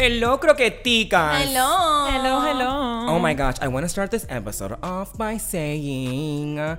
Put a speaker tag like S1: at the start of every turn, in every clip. S1: Hello, croqueticas.
S2: Hello.
S3: Hello, hello.
S1: Oh my gosh, I want to start this episode off by saying uh,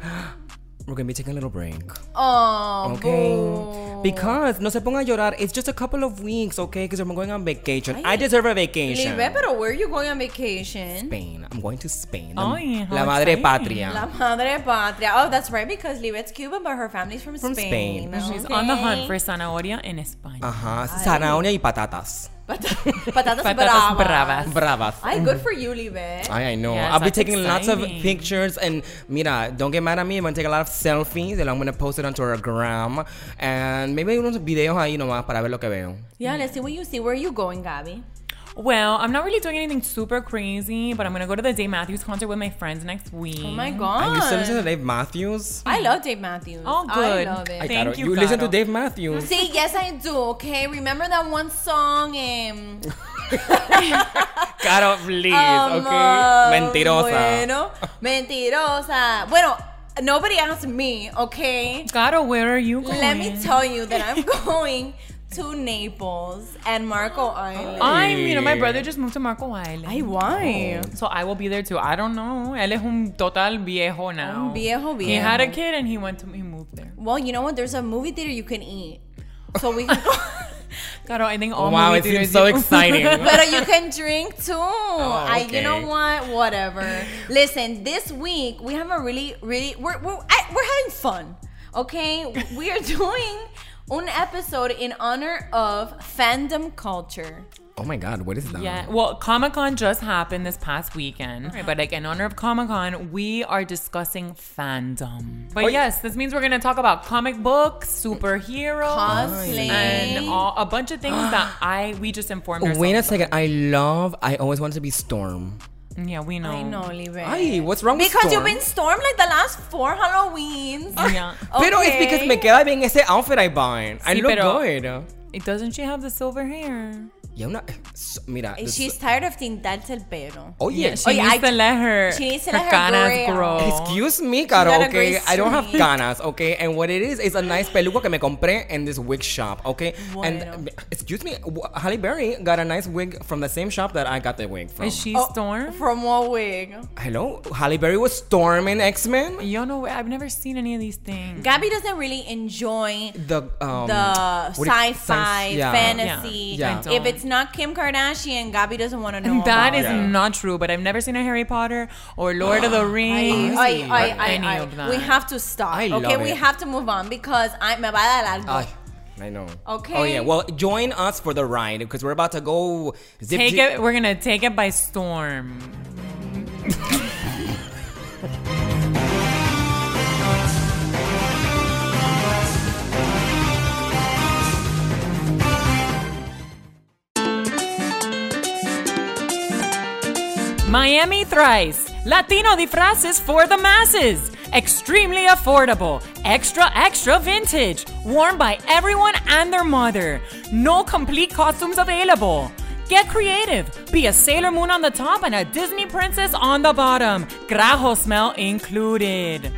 S1: we're gonna be taking a little break.
S2: Oh,
S1: Okay.
S2: boo.
S1: Because no se ponga a llorar. It's just a couple of weeks, okay? Because I'm going on vacation. I deserve a vacation.
S2: Libe, pero where you going on vacation?
S1: Spain. I'm going to Spain.
S3: Ay,
S1: La
S3: how
S1: madre
S3: exciting.
S1: patria.
S2: La madre patria. Oh, that's right, because Libet's Cuban, but her family's from,
S1: From Spain.
S2: Spain. Oh,
S3: She's on the hunt for
S2: Okay.
S3: zanahoria in Spain.
S1: Ajá. Zanahoria y patatas.
S2: Pata- patatas,
S3: Patatas
S2: bravas.
S3: bravas.
S1: Bravas.
S2: Ay, good for you, Libet.
S1: I, I know.
S3: Yes,
S1: I'll be
S3: that's
S1: taking lots of
S3: exciting.
S1: pictures and mira, don't get mad at me. I'm gonna take a lot of selfies and I'm gonna post it onto our gram and maybe unos videos ahí nomás para ver lo que veo.
S2: Yeah, let's see what you see. Where are you going, Gabby?
S3: Well, I'm not really doing anything super crazy, but I'm gonna go to the Dave Matthews concert with my friends next week.
S2: Oh my
S1: Are
S2: god.
S1: you still listening to Dave Matthews?
S2: I love Dave Matthews.
S3: Oh, good.
S2: I love it.
S1: Ay,
S3: Thank
S1: Caro,
S3: you,
S1: you listen to
S3: Caro.
S1: Dave Matthews.
S2: See, yes, I do. Okay, remember that one song? Um,
S1: Caro, please,
S2: um,
S1: okay?
S2: uh,
S1: Mentirosa.
S2: Bueno, mentirosa. Bueno, nobody asked me. Okay,
S3: Caro, where are you going?
S2: let me tell you that I'm going to Naples and Marco Island.
S3: I'm, you know, my brother just moved to Marco Island.
S2: Ah, Ay, why?
S3: so I will be there too. I don't know. Él es un total viejo now.
S2: Un Oh, viejo
S3: He had a
S2: viejo.
S3: kid and he went to he moved there.
S2: Well, you know what? There's a movie theater you can eat, so we can go.
S3: Caro, I think all
S1: Wow,
S3: movie
S1: it seems
S3: theaters
S1: so
S3: you-
S1: exciting.
S2: But you can drink too. I,
S1: Oh, okay.
S2: you know what? Whatever. Listen, this week we have a really, really we're we're, I, we're having fun. Okay, we are doing an episode in honor of fandom culture.
S1: Oh my god, what is that?
S3: Yeah, Uh-huh. well, Comic Con just happened this past weekend, but like in honor of Comic Con, we are discussing fandom. But
S1: Oh, yeah.
S3: yes, this means we're gonna talk about comic books, superheroes,
S2: Cosplay.
S3: and all, a bunch of things that I we just informed ourselves.
S1: Wait a second. I love. I always wanted to be Storm.
S3: Yeah, we know.
S2: I know, Libre.
S1: Ay, what's wrong with
S2: because
S1: Storm?
S2: you've been stormed like the last four Halloweens.
S3: Yeah.
S1: Pero it's because me queda bien ese outfit I bought. I
S3: Sí,
S1: look
S3: pero-
S1: good.
S3: It doesn't she have the silver hair?
S1: Y una, so- mira, the-
S2: She's tired of tintarse el pelo.
S1: oye,
S3: She
S2: Oh, yeah,
S3: needs
S2: I-
S3: to let her.
S2: she needs to
S3: her
S2: let her
S3: canas
S2: grow.
S3: grow.
S1: excuse me, Caro,
S2: got a
S1: okay?
S2: grease
S1: I don't have
S2: tree.
S1: canas, okay? And what it is, is a nice peluca que me compré in this wig shop, okay?
S2: Bueno.
S1: And, excuse me, wh- Halle Berry got a nice wig from the same shop that I got the wig from.
S3: Is she
S2: Oh,
S3: Storm?
S2: From what wig?
S1: Hello? Halle Berry was Storm in X-Men?
S3: You know, I've never seen any of these things.
S2: Gabby doesn't really enjoy
S1: The, um...
S2: the
S1: what do you-
S2: sci-fi
S1: science- yeah.
S2: fantasy.
S1: Yeah. Yeah.
S2: If it's not Kim Kardashian, Gabby doesn't want to know.
S3: That
S2: about
S3: is
S2: it.
S1: Yeah.
S3: not true, but I've never seen a Harry Potter or Lord of the Rings.
S2: I,
S1: Crazy.
S2: I,
S3: Or any
S2: I,
S3: of
S2: I,
S3: that.
S2: we have to stop.
S1: I
S2: okay,
S1: love
S2: we
S1: it.
S2: have to move on because I me va a dar algo.
S1: Ay, I know.
S2: Okay.
S1: Oh, yeah. Well, join us for the ride because we're about to go... Zip,
S3: Take
S1: zip-
S3: it. We're gonna take it by storm. Miami thrice. Latino disfraces for the masses. Extremely affordable. Extra, extra vintage. Worn by everyone and their mother. No complete costumes available. Get creative. Be a Sailor Moon on the top and a Disney princess on the bottom. Grajo smell included.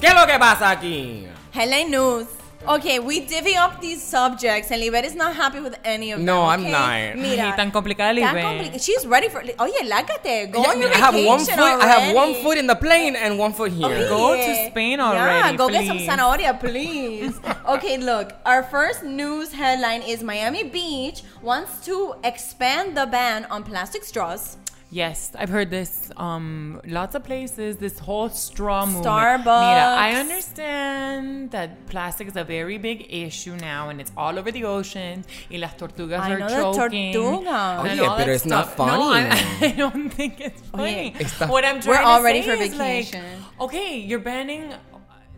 S1: ¿Qué es lo que pasa aquí?
S2: Hello news. Okay, we divvy up these subjects, and Libet is not happy with any of
S1: No, I'm
S2: them. okay?
S1: not.
S2: Mira,
S3: Ay, tan
S2: tan
S3: complicada, Libet.
S2: compli- She's ready for. Oh yeah, lágate. Go on your
S1: I have one foot.
S2: vacation
S1: I have one
S2: already. Oh,
S1: foot in the plane and one foot here.
S2: Okay.
S3: Go to Spain
S2: Yeah,
S3: already,
S2: go get some
S3: please.
S2: zanahoria, please. okay, look, our first news headline is Miami Beach wants to expand the ban on plastic straws.
S3: Yes, I've heard this. Um, lots of places. This whole straw movement.
S2: Starbucks.
S3: Mira, I understand that plastic is a very big issue now, and it's all over the ocean. Y las tortugas
S2: I
S3: are
S2: know the
S3: choking.
S2: tortugas.
S3: and
S1: Oye,
S3: all that
S1: pero it's not
S3: stuff. No,
S1: funny.
S3: I, I don't think it's funny.
S1: Está-
S3: What I'm
S2: We're
S3: trying
S2: all
S3: to
S2: ready
S3: say
S2: for
S3: is, like,
S2: vacation.
S3: okay, you're banning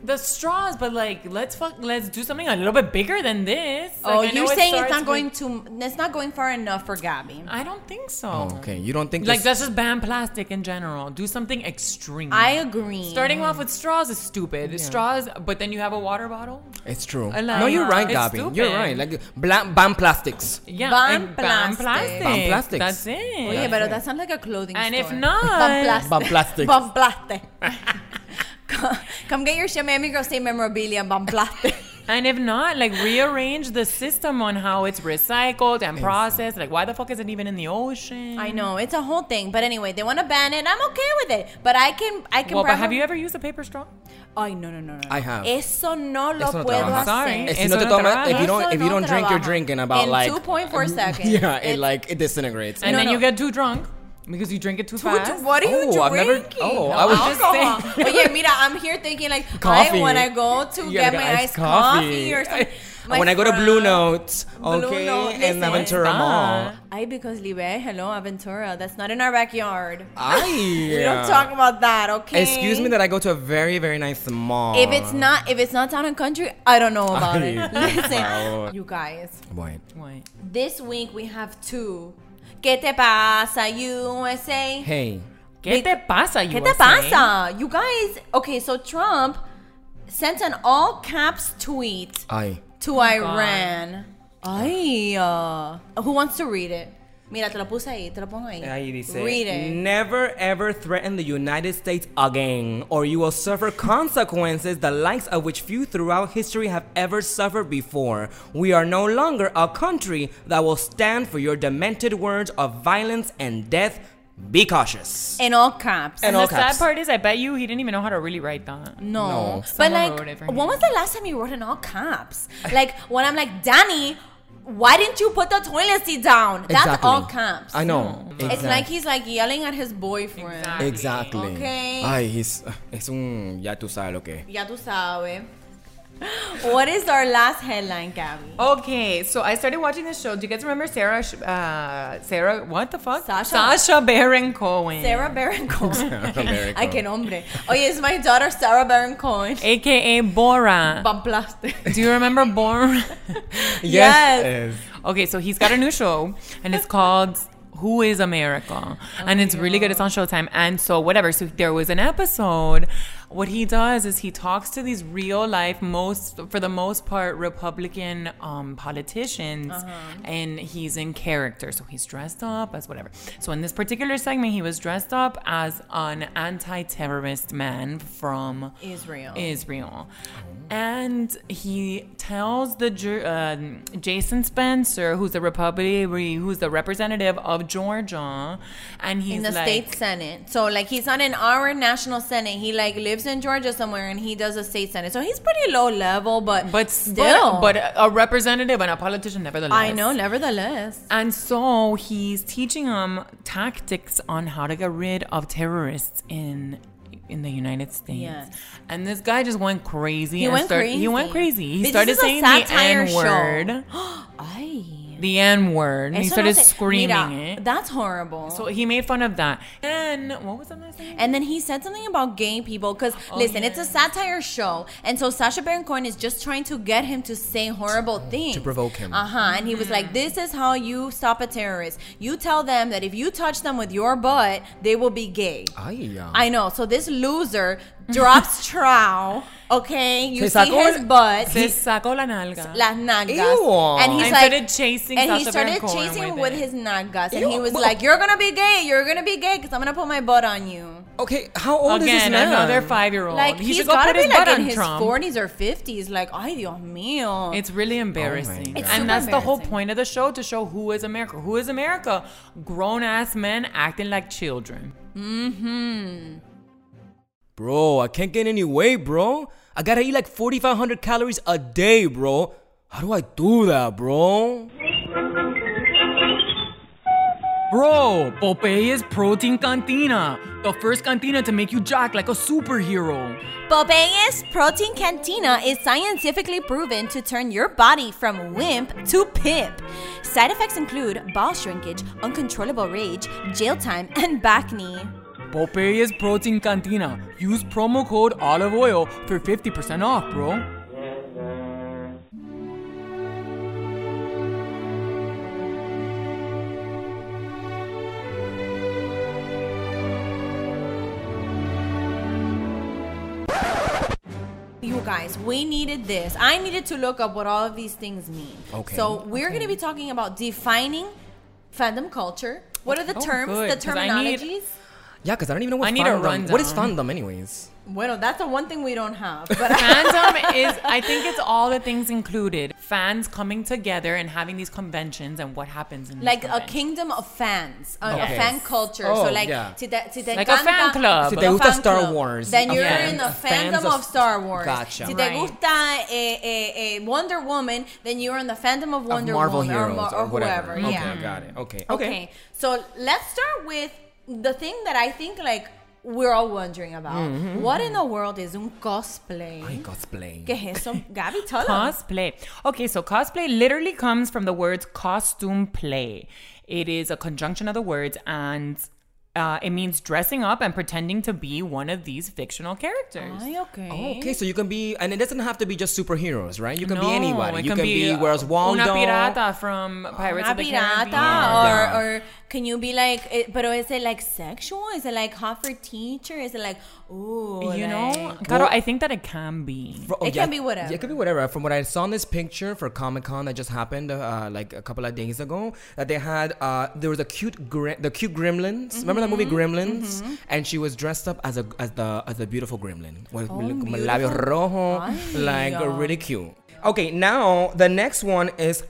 S3: the straws, but like let's fuck, let's do something a little bit bigger than this.
S2: Oh,
S3: Like, I know
S2: you're
S3: it
S2: saying it's
S3: starts
S2: not going
S3: with- Um,
S2: to, it's not going far enough for Gabby.
S3: I don't think so.
S1: Okay, you don't think
S3: Like
S1: this-
S3: that's just ban plastic in general. Do something extreme.
S2: I agree.
S3: Starting off with straws is stupid. Straws, but then you have a water bottle.
S1: It's true.
S3: I
S1: no,
S3: like-
S1: you're right,
S3: It's
S1: Gabby. You're
S3: stupid.
S1: right. Like bla- ban plastics.
S3: Yeah,
S2: Ban
S3: and ban
S2: plastic.
S3: plastic.
S1: Ban plastics.
S3: That's it.
S2: Oh yeah, but that sounds like a clothing
S3: And if
S2: store.
S3: not-
S1: Bumplastics.
S2: Bumplaste. Bumplaste. come, come get your Miami Girl State memorabilia, Bumplaste.
S3: And if not, like rearrange the system on how it's recycled and processed. Like why the fuck is it even in the ocean?
S2: I know it's a whole thing, but anyway, they want to ban it. I'm okay with it, but I can, I can.
S3: Well, but
S2: probably-
S3: have you ever used a paper straw?
S2: Ay, no, no, no, no. no.
S1: I have.
S2: Eso no lo
S1: Eso no
S2: puedo
S1: trabaja.
S2: hacer.
S3: Sorry.
S1: If
S3: Eso
S1: you, no te
S3: no
S1: tomas, if
S3: trabaja.
S1: you don't,
S2: Eso
S1: if you
S2: no
S1: don't drink, you're
S2: trabaja.
S1: drinking about
S2: In
S1: like
S2: 2.4 seconds.
S1: Yeah, it
S2: It's-
S1: like it disintegrates.
S3: And
S2: No,
S3: then
S2: no.
S3: you get too drunk because you drink it too,
S2: What
S3: fast.
S2: do- What are you
S1: Oh, I've never-
S2: drinking?
S1: oh, I was just
S2: Alcohol.
S3: saying.
S2: Oye, mira, I'm here thinking like, I
S1: Coffee.
S2: when I go to
S1: You
S2: get
S1: gotta
S2: my
S1: get
S2: iced coffee, or something. my
S1: when I go to Blue
S2: friend-
S1: Note,
S2: Blue
S1: okay,
S2: Note,
S1: and
S2: listen.
S1: Aventura Mall.
S3: Stop.
S2: Ay, because Libe, hello, Aventura. That's not in our backyard.
S1: Ay,
S2: We don't talk about that, okay?
S1: Ah, Excuse me that I go to a very, very nice mall.
S2: If it's not if it's not town and country, I don't know about
S1: Ay,
S2: it.
S1: por favor.
S2: Listen, you guys.
S1: Bueno.
S3: Why?
S2: This week we have two. ¿Qué te pasa, USA?
S1: Hey,
S3: ¿Qué te pasa,
S2: ¿Qué te
S3: USA?
S2: pasa? You guys, okay, so Trump sent an all caps tweet
S1: ay,
S2: to
S3: Oh
S2: Iran. Ay, uh, who wants to read it? Mira, te lo puse ahí, te lo pongo ahí.
S1: Ahí dice,
S2: read it.
S1: Never ever threaten the United States again, or you will suffer consequences the likes of which few throughout history have ever suffered before. We are no longer a country that will stand for your demented words of violence and death. Be cautious.
S2: In all caps.
S1: And
S3: And
S1: all
S3: the sad
S1: caps.
S3: part is, I bet you he didn't even know how to really write that.
S2: No.
S1: No.
S2: But
S3: Someone
S2: like,
S3: wrote it for
S2: when
S3: him.
S2: was the last time you wrote in all caps? Like, when I'm like, Danny, why didn't you put the toilet seat down? That's all caps.
S1: I know.
S2: It's like he's like yelling at his boyfriend.
S3: Exactly.
S1: Exactly.
S2: Okay.
S1: Ay, he's, es un, ya tú sabes lo que.
S2: Ya tú sabes. What is our last headline, Gabby?
S3: Okay, so I started watching this show. Do you guys remember Sarah? Sh- Uh, Sarah, what the fuck?
S2: Sasha.
S3: Sasha Baron Cohen.
S2: Sarah Baron Cohen.
S1: Baron
S2: Ay, qué nombre. Oye, it's my daughter Sarah Baron Cohen.
S3: AKA Bora.
S2: Pamplaste.
S3: Do you remember Bora? eh,
S2: Yes.
S3: okay, so he's got a new show, and it's called Who is America? and it's really good. It's on Showtime. And so, whatever. So, there was an episode. What he does is he talks to these real life, most, for the most part, Republican um, politicians, and he's in character. So, he's dressed up as whatever. So, in this particular segment, he was dressed up as an anti terrorist man from
S2: Israel.
S3: Israel. And he tells the ju- um Jason Spencer, who's the Republican, who's the representative of Georgia, and he's
S2: in the
S3: like,
S2: state senate. So like he's not in our national senate. He like lives in Georgia somewhere and he does a state senate. So he's pretty low level, but
S3: but
S2: still
S3: still, but, a representative and a politician, nevertheless.
S2: I know, nevertheless.
S3: And so he's teaching them tactics on how to get rid of terrorists in in the United States.
S2: Yes.
S3: And this guy just went crazy.
S2: He
S3: and
S2: went
S3: start-
S2: crazy.
S3: He went crazy. He
S2: But this is
S3: started
S2: a
S3: saying the
S2: satire
S3: N
S2: show.
S3: word.
S2: Ay.
S3: The N word. And he
S2: Eso no
S3: started
S2: se-
S3: screaming
S2: Mira,
S3: it.
S2: That's horrible.
S3: So he made fun of that. And what was the last thing?
S2: And then he said something about gay people because
S1: Oh,
S2: listen, it's a satire show, and so Sasha Baron Cohen is just trying to get him to say horrible things
S1: to provoke him.
S2: Uh huh. And he was
S3: Hmm.
S2: like, "This is how you stop a terrorist. You tell them that if you touch them with your butt, they will be gay."
S1: Ay, ya.
S2: I know. So this loser drops trow. Okay, you
S1: Se
S2: see
S1: sacó
S2: his
S1: el-
S2: butt.
S3: Se sacó la nalga.
S2: Las nalgas,
S1: Ew.
S2: and he's
S3: And
S2: like,
S3: started chasing
S2: and he
S3: Sacha Baron
S2: started
S3: Cohen
S2: chasing
S3: with
S2: with,
S3: it.
S2: his nalgas, and
S1: Ew.
S2: he was
S1: But-
S2: like, "You're gonna be gay, you're gonna be gay, because I'm gonna put my butt on you."
S1: Okay, how old is this
S3: Again,
S1: man?
S3: another five year old.
S2: Like
S3: he
S2: he's
S3: should go
S2: gotta
S3: put his
S2: be like
S3: butt
S2: in
S3: on
S2: his
S3: Trump.
S2: forties or fifties. Like, ay Dios mío.
S3: It's really embarrassing.
S1: God. It's
S3: and
S2: super
S3: that's the whole
S2: embarrassing.
S3: point of the show to show who is America. Who is America? Grown ass men acting like children.
S1: Bro, I can't get any weight, bro. I gotta eat like 4,500 calories a day, bro. How do I do that, bro?
S3: Bro, Popeye's Protein Cantina, the first cantina to make you jack like a superhero.
S2: Popeye's Protein Cantina is scientifically proven to turn your body from wimp to pimp. Side effects include ball shrinkage, uncontrollable rage, jail time, and back knee.
S3: Popeye's Protein Cantina. Use promo code olive oil for 50% off, bro.
S2: You guys, we needed this. I needed to look up what all of these things mean.
S1: Okay.
S2: So we're going to be talking about defining fandom culture. What are the
S3: Oh,
S2: terms,
S3: good,
S2: the
S3: 'cause I need-
S2: terminologies?
S1: Yeah, because I don't even know what
S3: I need a
S1: fandom. what is
S3: rundown.
S1: fandom, anyways?
S2: Bueno, that's the one thing we don't have. But
S3: Fandom is, I think it's all the things included. Fans coming together and having these conventions and what happens in these
S2: like a
S3: conventions.
S2: kingdom of fans, uh, a, a
S1: Okay.
S2: fan culture.
S1: Oh,
S2: so like,
S1: yeah.
S2: si te, si te
S3: Like a fan
S2: encanta-
S3: club.
S1: Si te gusta
S2: fan
S1: Star
S2: club,
S1: Wars,
S2: Then
S1: a
S2: you're
S3: fan-
S2: in
S1: a
S2: the
S1: fans
S2: fandom
S1: of-
S2: of Star Wars.
S1: Gotcha.
S2: Si te
S3: Right.
S2: gusta eh, eh, eh, Wonder Woman, then you're in the fandom of Wonder
S1: Marvel
S2: Woman
S1: heroes
S2: or, Mar- or whoever.
S1: Okay,
S2: Yeah.
S1: got it. Okay.
S2: Okay. So let's start with the thing that I think like we're all wondering about. What in the world is un cosplay?
S1: Mm-hmm. Ay, cosplay.
S2: ¿Qué es eso? Gaby, tell us.
S3: Cosplay. Okay, so cosplay literally comes from the words costume play. It is a conjunction of the words and uh, it means dressing up and pretending to be one of these fictional characters.
S2: Ay, okay.
S1: Oh, Okay, so you can be, and it doesn't have to be just superheroes, right? You can
S3: No,
S1: be anybody.
S3: it
S1: You can, be, where's Waldo?
S3: Una pirata from Pirates
S2: Una
S3: of the
S2: pirata,
S3: Caribbean.
S2: or,
S1: Yeah.
S2: or can you be like, eh, pero is it like sexual? Is it like hot for teacher? Is it like,
S1: Oh,
S2: ooh,
S3: You
S2: like-
S3: know, Caro, I think that it can be.
S1: Fro- oh,
S2: It can be whatever.
S1: Yeah, it can be whatever. From what I saw in this picture for Comic Con that just happened uh, like a couple of days ago, that they had uh, there was a cute gri- the cute Gremlins.
S2: Mm-hmm,
S1: Remember that movie Gremlins? And she was dressed up as a as the as the beautiful Gremlin with oh, labios rojo,
S2: Ay,
S1: like
S2: yeah.
S1: really cute. Okay, now the next one is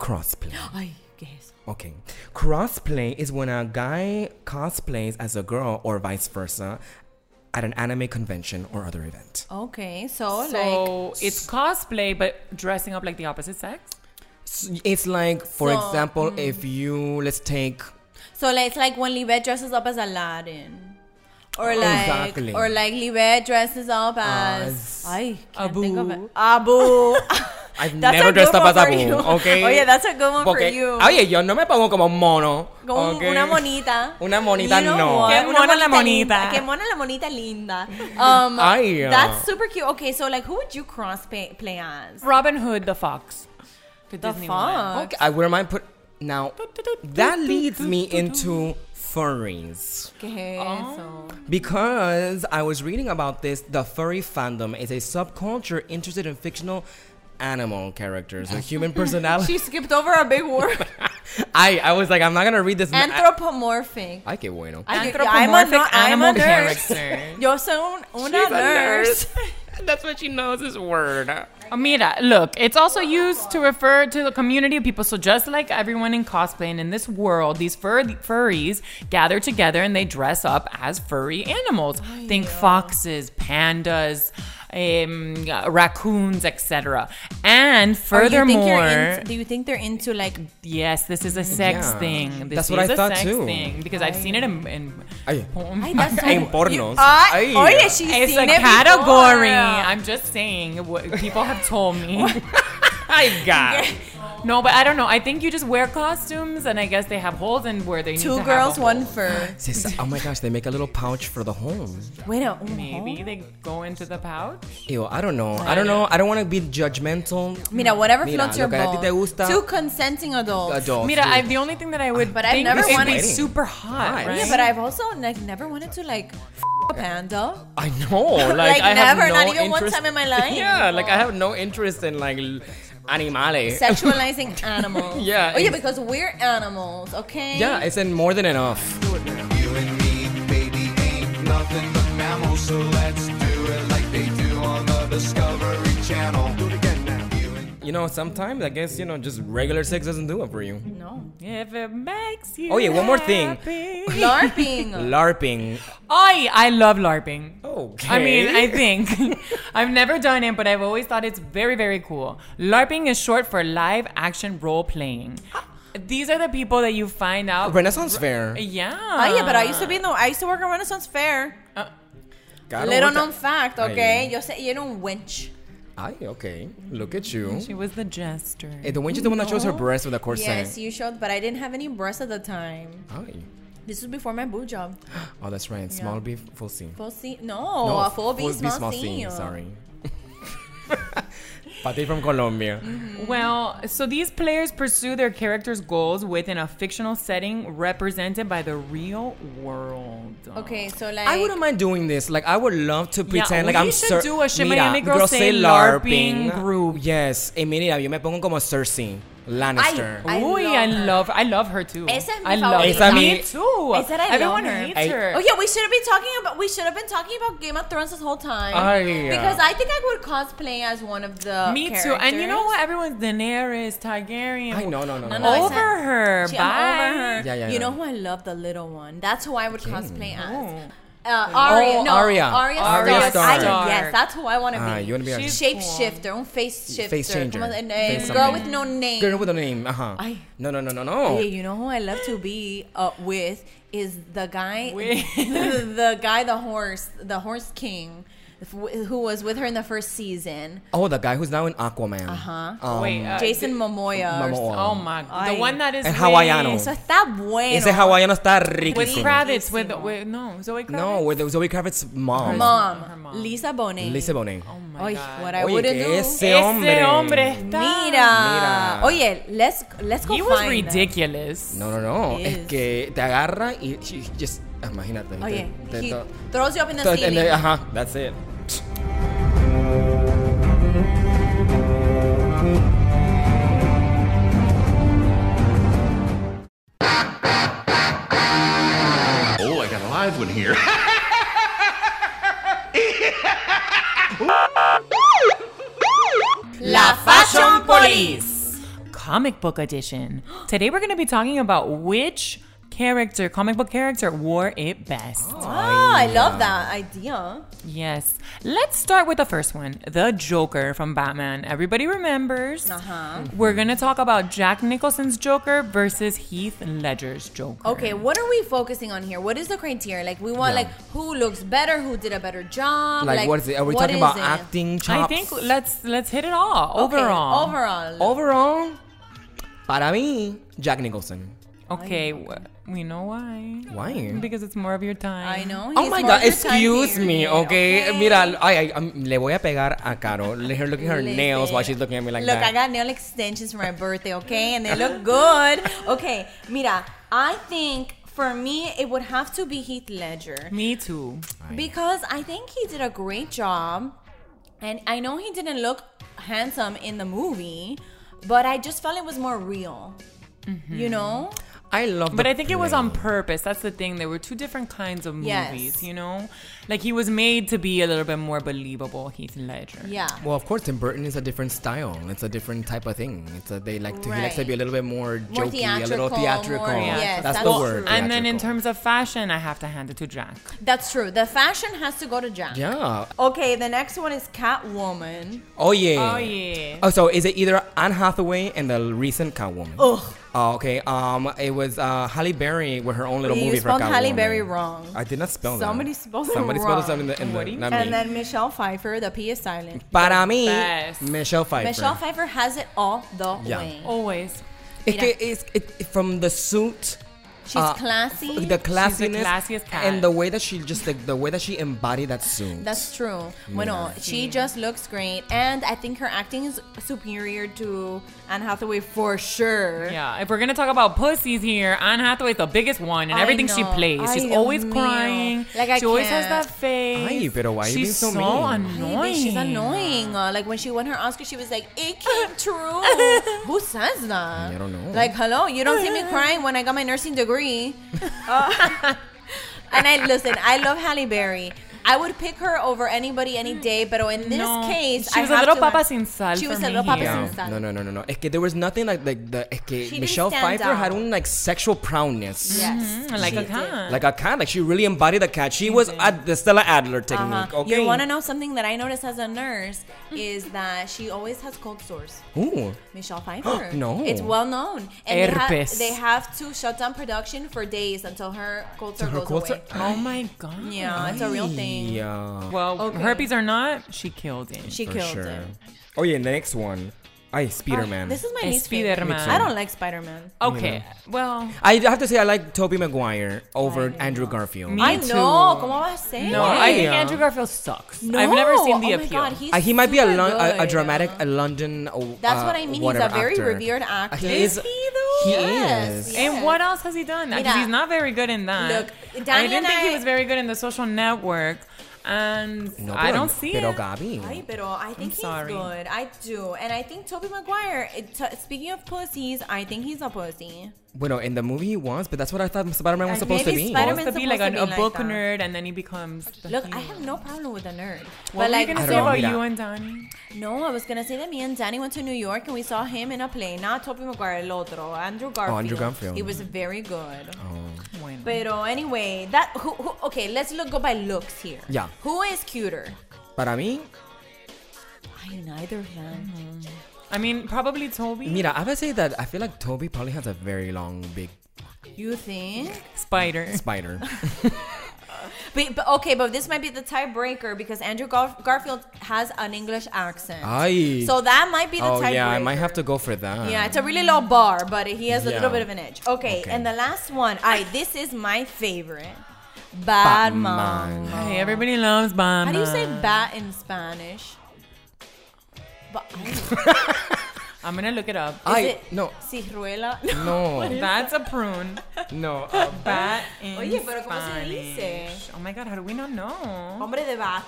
S1: crossplay.
S2: Ay, ¿qué es eso?
S1: Okay. Crossplay is when a guy cosplays as a girl or vice versa at an anime convention or other event.
S2: Okay, so, like,
S3: So it's cosplay, but dressing up like the opposite sex.
S1: S- It's like, for
S2: So, mm.
S1: example, if you let's take
S2: so like, it's like when Libet dresses up as Aladdin. Or like,
S1: Oh, Exactly.
S2: or like Libet dresses up
S1: As
S2: as, ay, can't think of
S3: Abu.
S2: it. Abu.
S1: I've
S2: That's
S1: never
S2: a
S1: dressed
S2: good
S1: up as
S2: one for
S1: Abu,
S2: you.
S1: okay?
S2: Oh, yeah, that's a good one
S1: porque-
S2: for you.
S1: Oye, yo no me pongo como mono.
S2: Como un-
S1: okay?
S2: una monita.
S1: Una monita,
S2: You know
S1: no.
S2: what?
S3: Qué
S2: Una
S3: mona la
S2: linda.
S3: monita.
S2: Qué mona la monita linda. Um,
S1: Ay, uh.
S2: That's super cute. Okay, so like, who would you cross play, play as?
S3: Robin Hood, the fox. The,
S2: The
S3: Disney one.
S2: fuck?
S1: Okay, I where am I put now? That leads me into furries.
S2: ¿Qué es
S1: Oh.
S2: eso?
S1: Because I was reading about this, the furry fandom is a subculture interested in fictional animal characters or human personality.
S2: She skipped over a big word.
S1: I, I was like, I'm not gonna read this. I,
S2: Anthropomorphic.
S1: I que bueno.
S2: Ay, yo- I'm a
S3: Anthropomorphic
S2: no- I'm a
S3: animal
S2: nurse.
S3: character.
S2: Yo soy un, una
S1: She's a
S2: nurse.
S1: That's what she knows this word.
S3: Oh, Mira, look, it's also used to refer to the community of people. So just like everyone in cosplay and in this world, these fur- furries gather together and they dress up as furry animals. Think foxes, pandas, um, uh, raccoons, etc. And
S2: Or you think you're
S3: furthermore,
S2: in- do you think they're into like?
S3: yes, this is a sex
S1: Yeah.
S3: thing. This
S1: That's
S3: is
S1: what I
S3: a
S1: thought
S3: sex
S1: too.
S3: thing because I've seen it in, in
S1: Ay.
S3: porn.
S2: Ay, that's so-
S1: En pornos.
S2: You- Ay,
S1: Ay.
S2: oye, she's
S3: It's
S2: seen
S3: a
S2: it before.
S3: category. I'm just saying what people have told me.
S1: I got.
S3: No, but I don't know. I think you just wear costumes, and I guess they have holes in where they need to
S2: Two
S3: have
S2: girls,
S3: a
S2: one
S3: hole.
S2: fur.
S1: Sis, oh my gosh, they make a little pouch for the home.
S2: Wait a oh, un
S3: Maybe they go into the pouch.
S1: Ew, I don't know. I don't know. I don't want to be judgmental.
S2: Mira, whatever
S1: Mira,
S2: floats
S1: lo
S2: your
S1: que a ti
S2: boat.
S1: te gusta.
S2: Two consenting adults.
S1: Adults.
S3: Mira, I, the only thing that I would,
S2: But I've
S3: think
S2: never
S3: would be
S2: wanted-
S3: super hot,
S1: Hot.
S3: right?
S2: Yeah, but I've also like never wanted to like f- a panda.
S1: I know. Like,
S2: Like,
S1: I have
S2: never,
S1: no
S2: not even one
S1: interest-
S2: time in my life.
S1: Yeah, like I have no interest in like l- animales.
S2: Sexualizing animals.
S1: Yeah,
S2: Oh yeah,
S1: it's-
S2: because we're animals, okay?
S1: Yeah, it's in more than enough.
S4: You and me, baby, ain't nothing but mammals, so let's do it like they do on the Discovery Channel. Do it again now. You and
S1: You know, sometimes I guess you know just regular sex doesn't do it for you.
S2: No.
S3: If it makes you.
S1: Oh, yeah, one more thing.
S3: happy.
S2: LARPing.
S1: LARPing.
S3: I I love LARPing.
S1: Okay.
S3: I mean, I think I've never done it, but I've always thought it's very, very cool. LARPing is short for live action role playing. These are the people that you find out.
S1: Renaissance Fair.
S3: Yeah.
S2: Oh yeah, but I used to be in the I used to work at Renaissance Fair.
S1: Claro,
S2: Little
S1: what the-
S2: known fact, okay? Yo sé, you're a wench.
S1: Ay, okay. Look at you. Eh,
S3: She was the jester.
S1: Hey, the wench is the one that shows her breasts with a corset.
S2: Yes, you showed, but I didn't have any breasts at the time.
S1: Ay.
S2: This was before my boob job.
S1: Oh, that's right. Small beef, full C.
S2: Full C. No,
S3: Oh,
S2: a full B, small, C.
S1: Sorry. Pati from Colombia.
S3: Well, so these players pursue their characters' goals within a fictional setting represented by the real world.
S2: Okay, so like.
S1: I wouldn't mind doing this. Like, I would love to pretend like
S3: we
S1: I'm
S3: should
S1: Cer-
S3: do a Shit
S1: Mira,
S3: Miami Girls
S1: Girls
S3: Say LARPing group.
S1: Yes. Y mira, yo me pongo como Cersei Lannister.
S2: I love
S3: Uy, I
S2: her.
S3: love I love her too.
S2: Esa es mi
S3: I love
S1: favorita. Esa mi-
S3: me too.
S2: Esa era I
S3: Everyone
S2: love her.
S3: hates
S1: I-
S3: her.
S2: Oh yeah, we should have been talking about we should have been talking about Game of Thrones this whole time.
S1: Ay.
S2: Because I think I would cosplay as one of the
S3: me
S2: characters.
S3: too. And you know what? Everyone's Daenerys, Targaryen.
S1: I know, no, Oh, no, no.
S2: No, no,
S1: no.
S2: it's
S3: Over
S2: not-
S3: her.
S2: She-
S3: Bye.
S2: I'm over her.
S1: Yeah, yeah,
S2: you
S1: yeah.
S2: know who I love? The little one. That's who I would cosplay
S3: Oh.
S2: as. Uh, Arya.
S1: Oh,
S2: no,
S1: Arya.
S2: Arya Stark.
S1: Arya
S2: I-
S3: Stark.
S2: yes, that's who I want to be.
S1: Ah, you wanna be a-
S3: She's
S2: shapeshifter, un face shifter.
S1: Face changer.
S2: Como- and, uh,
S1: Face
S2: girl
S1: something.
S2: with no name.
S1: Girl with a name. Uh huh.
S2: Ay.
S1: No, no, no, no, no.
S2: Hey, you know who I love to be uh, with is the guy,
S3: With.
S2: the, the guy, the horse, the horse king, who was with her in the first season.
S1: Oh, the guy who's now in Aquaman. Uh
S2: huh.
S3: Uh-huh. Wait, uh,
S2: Jason Momoa. or
S1: Momoa.
S2: something.
S3: Oh my!
S2: Ay.
S3: The one that is
S1: El
S3: with-
S1: hawaiano.
S2: Eso está bueno.
S1: Ese hawaiano está
S3: with
S1: riquísimo.
S3: Kravitz with, with no Zoe Kravitz.
S1: No, with Zoe Kravitz's mom.
S2: Mom,
S3: Her mom.
S2: Lisa Bonet.
S1: Lisa Bonet.
S3: Oh my
S2: Oy,
S3: god!
S2: what I
S1: Oye,
S2: wouldn't
S1: que
S2: do.
S1: ese
S3: Ese
S1: hombre.
S3: hombre está-
S2: Mira.
S1: Mira.
S2: Oye, let's let's go
S3: He was
S2: find them.
S3: ridiculous.
S1: No, no, no.
S2: Yes.
S1: Es que te agarra y she just ah, imagínate.
S2: Oye,
S1: te-
S2: he
S1: te-
S2: throws you up in the
S1: te- and
S2: ceiling.
S1: then- ajá, that's it.
S5: Oh, I got a live one here.
S2: La Fashion Police.
S3: Comic book edition. Today we're going to be talking about which character, comic book character, wore it best.
S2: Oh, I love that idea.
S3: Yes. Let's start with the first one, the Joker from Batman. Everybody remembers.
S2: Uh-huh.
S3: We're gonna talk about Jack Nicholson's Joker versus Heath Ledger's Joker.
S2: Okay, what are we focusing on here? What is the criteria? Like, we want
S1: Yeah.
S2: like who looks better, who did a better job.
S1: Like, what is it? Are we
S2: what
S1: talking
S2: is
S1: about
S2: it?
S1: acting chops?
S3: I think let's let's hit it all
S2: Okay,
S3: overall.
S2: Overall.
S1: Oh overall, para mí, Jack Nicholson.
S3: Okay, wh- we know why.
S1: Why?
S3: Because it's more of your time.
S2: I know.
S1: Oh
S2: he's
S1: my
S2: more
S1: god,
S2: of your time
S1: excuse
S2: period,
S1: me, okay? Mira, ay, ay, um, le voy a pegar a Caro. Let her look at her nails while she's looking at me like
S2: Look,
S1: that.
S2: I got nail extensions for my birthday, okay? And they look good. Okay, mira, I think for me, it would have to be Heath Ledger
S3: Me too.
S2: because I think he did a great job. And I know he didn't look handsome in the movie, but I just felt it was more real.
S1: Mm-hmm.
S2: You know?
S1: I love
S3: But
S1: the
S3: I think it was
S1: play.
S3: on purpose. That's the thing. There were two different kinds of movies,
S2: Yes.
S3: you know? Like he was made to be a little bit more believable, Heath Ledger.
S2: Yeah.
S1: Well, of course, Tim Burton is a different style. It's a different type of thing. It's a, they like to he likes to
S2: Right.
S1: be a little bit more
S2: More
S1: jokey, a little
S2: theatrical,
S1: theatrical.
S2: more-
S3: yes,
S1: that's,
S2: that's
S1: the
S2: Well,
S1: word.
S2: true.
S3: And then in
S1: theatrical.
S3: terms of fashion, I have to hand it to Jack.
S2: That's true. The fashion has to go to Jack.
S1: yeah.
S2: Okay, the next one is Catwoman.
S1: Oh yeah.
S3: Oh, yeah.
S1: Oh, so is it either Anne Hathaway and the recent Catwoman?
S2: Ugh.
S1: Oh, okay. Um, it was uh Halle Berry with her own little
S2: You
S1: movie for
S2: spelled
S1: Catwoman.
S2: Halle Berry wrong.
S1: I did not spell
S2: Somebody
S1: that.
S2: spelled it
S1: Somebody spelled
S2: wrong.
S1: something in the, in
S3: What
S1: the
S3: do you
S1: not
S2: And
S1: me.
S2: then Michelle Pfeiffer, the P is silent.
S1: Para mí,
S3: Best.
S1: Michelle Pfeiffer.
S2: Michelle Pfeiffer has it all the
S1: Yeah. Oh,
S2: way.
S3: Always.
S1: Es que es, it, from the suit.
S2: She's classy.
S1: uh, The classiness.
S3: classiest cat.
S1: And the way that she just like the way that she embodied that suit.
S2: That's true. Bueno, she just looks great, and I think her acting is superior to Anne Hathaway for sure.
S3: Yeah, if we're gonna talk about pussies here, Anne Hathaway's the biggest one, and
S2: I
S3: everything she
S2: know.
S3: plays, she's
S2: Ay, Dios
S3: always
S2: mío.
S3: crying.
S2: Like, I
S3: she always has
S2: can't.
S3: that face.
S1: Ay, pero why you
S3: she's
S1: being so mean?
S2: Hey,
S3: annoying.
S2: bitch, She's annoying. Uh, like when she won her Oscar, she was like, "It came true." Who says that?
S1: I don't know.
S2: Like, hello, you don't see me crying when I got my nursing degree. Uh, and I listen. I love Halle Berry. I would pick her over anybody any day, but in this
S3: No.
S2: case,
S3: She
S2: I
S3: was a
S2: have
S3: little
S2: to have-
S3: papa sin sal
S2: She
S3: for
S2: was a
S3: me
S2: little papa
S3: here.
S1: Yeah.
S2: sin sal.
S1: No, no, no, no, no. Es que there was nothing like like the es que
S2: didn't
S1: Michelle
S2: stand
S1: Pfeiffer had
S2: out.
S1: un like sexual proudness.
S2: Yes.
S3: Like
S2: She
S3: a
S2: did.
S3: cat.
S1: Like a cat, like she really embodied the cat. She was at the Stella Adler technique.
S2: Mm-hmm. Uh-huh.
S1: Okay.
S2: You want to know something that I noticed as a nurse is that she always has cold sores.
S1: Ooh.
S2: Michelle Pfeiffer.
S1: No.
S2: It's well known. And
S3: Herpes.
S2: They, ha- they have to shut down production for days until her cold sore
S1: Her
S2: goes
S1: cold
S2: away.
S1: sore-
S3: oh my god.
S2: Yeah, Oh, it's a real thing.
S1: Yeah.
S3: Well,
S2: Okay.
S3: herpes or not, she killed it.
S2: She
S1: For
S2: killed
S1: sure.
S2: it.
S1: Oh yeah, the next one. I Spider-Man. Oh,
S2: This is my
S3: Es
S2: least favorite.
S3: Spider-Man.
S2: I don't like Spider Man.
S3: Okay. Well,
S1: I have to say I like Tobey Maguire over Andrew Garfield.
S3: Me
S2: I
S3: too.
S2: know. ¿Cómo vas a ser?
S3: no, I think
S1: Yeah.
S3: Andrew Garfield sucks.
S2: No.
S3: I've never seen the
S2: oh
S3: appeal.
S2: My God, he's
S1: Uh, he might be a,
S2: super
S1: Lon- a, a
S2: good.
S1: dramatic a London. uh,
S2: That's
S1: uh,
S2: what I mean. He's
S1: whatever
S2: a very
S1: actor. Uh,
S2: revered actor.
S1: He is.
S2: Is he, though?
S1: He
S2: Yes.
S1: is.
S2: Yeah.
S3: And what else has he done? 'Cause
S2: Mira,
S3: he's not very good in that.
S2: look,
S3: I
S2: Danny and
S3: didn't think he
S2: I-
S3: was very good in the social network, and
S1: No,
S3: I
S1: pero-
S3: don't see
S1: pero
S3: it.
S1: Gabi.
S2: Ay, pero I think he's
S3: sorry.
S2: good. I do, and I think Toby Maguire. It t- speaking of pussies, I think he's a pussy.
S1: Bueno, in the movie he was, but that's what I thought Spider-Man was
S2: Uh,
S1: supposed to
S2: maybe
S1: be.
S2: Spider-Man-
S3: supposed to be
S2: Spider-Man's supposed
S3: like a,
S2: to
S3: a
S2: be
S3: book
S2: like that.
S3: nerd, and then he becomes. the
S2: Look, I
S3: hero.
S2: have no problem with a nerd.
S3: What
S2: but
S3: were you
S2: like,
S3: gonna
S1: I
S3: say
S1: don't know,
S3: about
S1: mira.
S3: you and Danny?
S2: no, I was gonna say that me and Danny went to New York and we saw him in a play. Not Toby Maguire, el otro, Andrew Garfield.
S1: Oh, Andrew Garfield. Oh.
S2: He was very good.
S3: Bueno.
S2: Pero anyway, that who, who okay, let's look go by looks here.
S1: Yeah.
S2: Who is cuter?
S1: Para mí,
S2: I neither of them.
S3: I mean, probably Toby.
S1: mira, I would say that I feel like Toby probably has a very long, big
S2: You think?
S3: Spider.
S1: spider.
S2: But, but okay, but this might be the tiebreaker because Andrew Gar- Garfield has an English accent.
S1: Ay.
S2: So that might be the
S1: oh
S2: tiebreaker.
S1: yeah, I might have to go for that.
S2: Yeah, it's a really low bar, but he has a
S1: Yeah.
S2: little bit of an edge. Okay,
S1: Okay.
S2: and the last one. I this is my favorite. Bad
S1: Batman.
S2: mom.
S3: Hey, everybody loves Batman.
S2: How do you say bat in Spanish? Ba-
S3: I'm gonna look it up.
S1: I
S2: Is it
S1: no
S2: Ciruela.
S1: no
S3: That's a prune.
S1: no. uh,
S3: Bat in
S2: Oye, pero ¿cómo se
S3: Spanish.
S2: dice?
S3: Oh my god, how do we not know?
S2: Hombre de bat.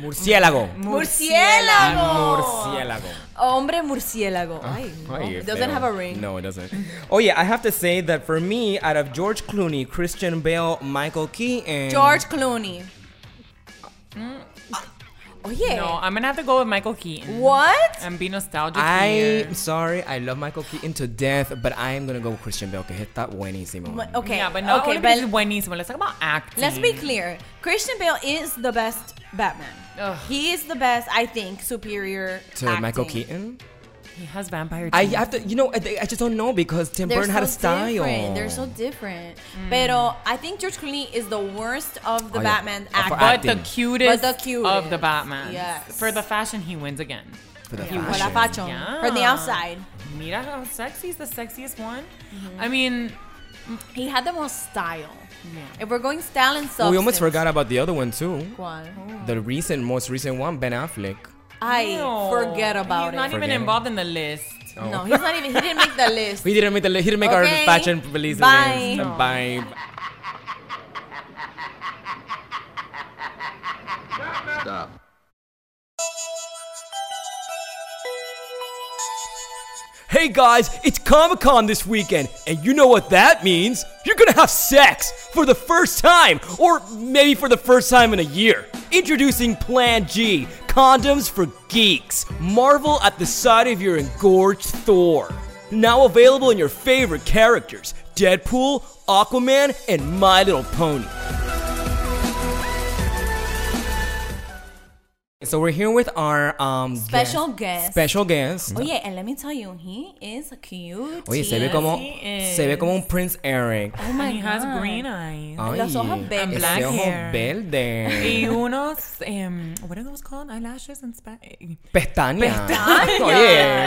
S1: murciélago.
S2: Murciélago.
S1: Murciélago. Ah,
S2: Hombre murciélago. Ay, no.
S1: Ay,
S2: It doesn't
S1: feo.
S2: have a ring.
S1: No, it doesn't. oh yeah, I have to say that for me, out of George Clooney, Christian Bale, Michael Keaton,
S2: George Clooney. Oh yeah.
S3: Mm. No, Eh. I'm gonna have to go with Michael Keaton.
S2: What?
S3: And be nostalgic here.
S1: I'm sorry, I love Michael Keaton to death, but I am gonna go with Christian Bale. Que está buenísimo.
S2: Mu- Okay.
S3: Yeah, but not
S2: okay,
S3: only because
S2: but
S3: it's buenísimo. Let's talk about acting.
S2: let's be clear. Christian Bale is the best Batman.
S3: Ugh.
S2: He is the best, I think, superior
S1: to
S2: acting.
S1: Michael Keaton,
S3: He has vampire
S1: I
S3: teeth.
S1: have to. You know, I, I just don't know because Tim
S2: They're
S1: Burton had a
S2: so
S1: style.
S2: Different. They're so different. Mm. Pero I think George Clooney is the worst of the
S1: Oh, yeah.
S2: Batman
S1: Uh, for
S2: actors.
S3: but the
S1: acting.
S3: cutest,
S2: But the cutest.
S3: of the Batman.
S2: Yes.
S3: For the fashion, he wins again.
S1: for the
S2: Well,
S1: fashion.
S2: I fachon.
S3: Yeah.
S2: From the outside.
S3: Mira how sexy is the sexiest one. I mean,
S2: He had the most style.
S3: Yeah.
S2: If we're going style and substance.
S1: we almost forgot about the other one too.
S2: one.
S1: The recent, most recent one, Ben Affleck.
S2: I
S3: no.
S2: forget about
S3: He's not
S2: it.
S3: even
S1: Forget it.
S3: involved in the list.
S2: No, he's not even. He didn't make the list.
S1: We didn't make the li- Oh. he didn't make
S2: Okay.
S1: our fashion release
S2: Bye.
S1: list.
S2: No.
S1: Bye.
S5: Stop.
S1: Hey guys, it's Comic Con this weekend, and you know what that means? You're gonna have sex for the first time, or maybe for the first time in a year. Introducing Plan G Condoms for Geeks. Marvel at the sight of your engorged Thor. Now available in your favorite characters Deadpool, Aquaman, and My Little Pony. So we're here with our um,
S2: Special guest.
S1: Special guest.
S2: Oh yeah, and let me tell you, he is cute.
S1: Oye, se ve como
S3: Yes, he
S1: se ve
S3: is.
S1: como un Prince Eric.
S2: Oh my
S3: and he
S2: God.
S3: has green eyes.
S6: Um,
S1: Ay,
S2: los ojos verdes.
S1: ese
S3: Black
S1: ojo
S3: hair.
S1: verde.
S3: y unos, um, what are those called? Eyelashes and Spanish.
S1: Pestañas.
S2: Pestañas.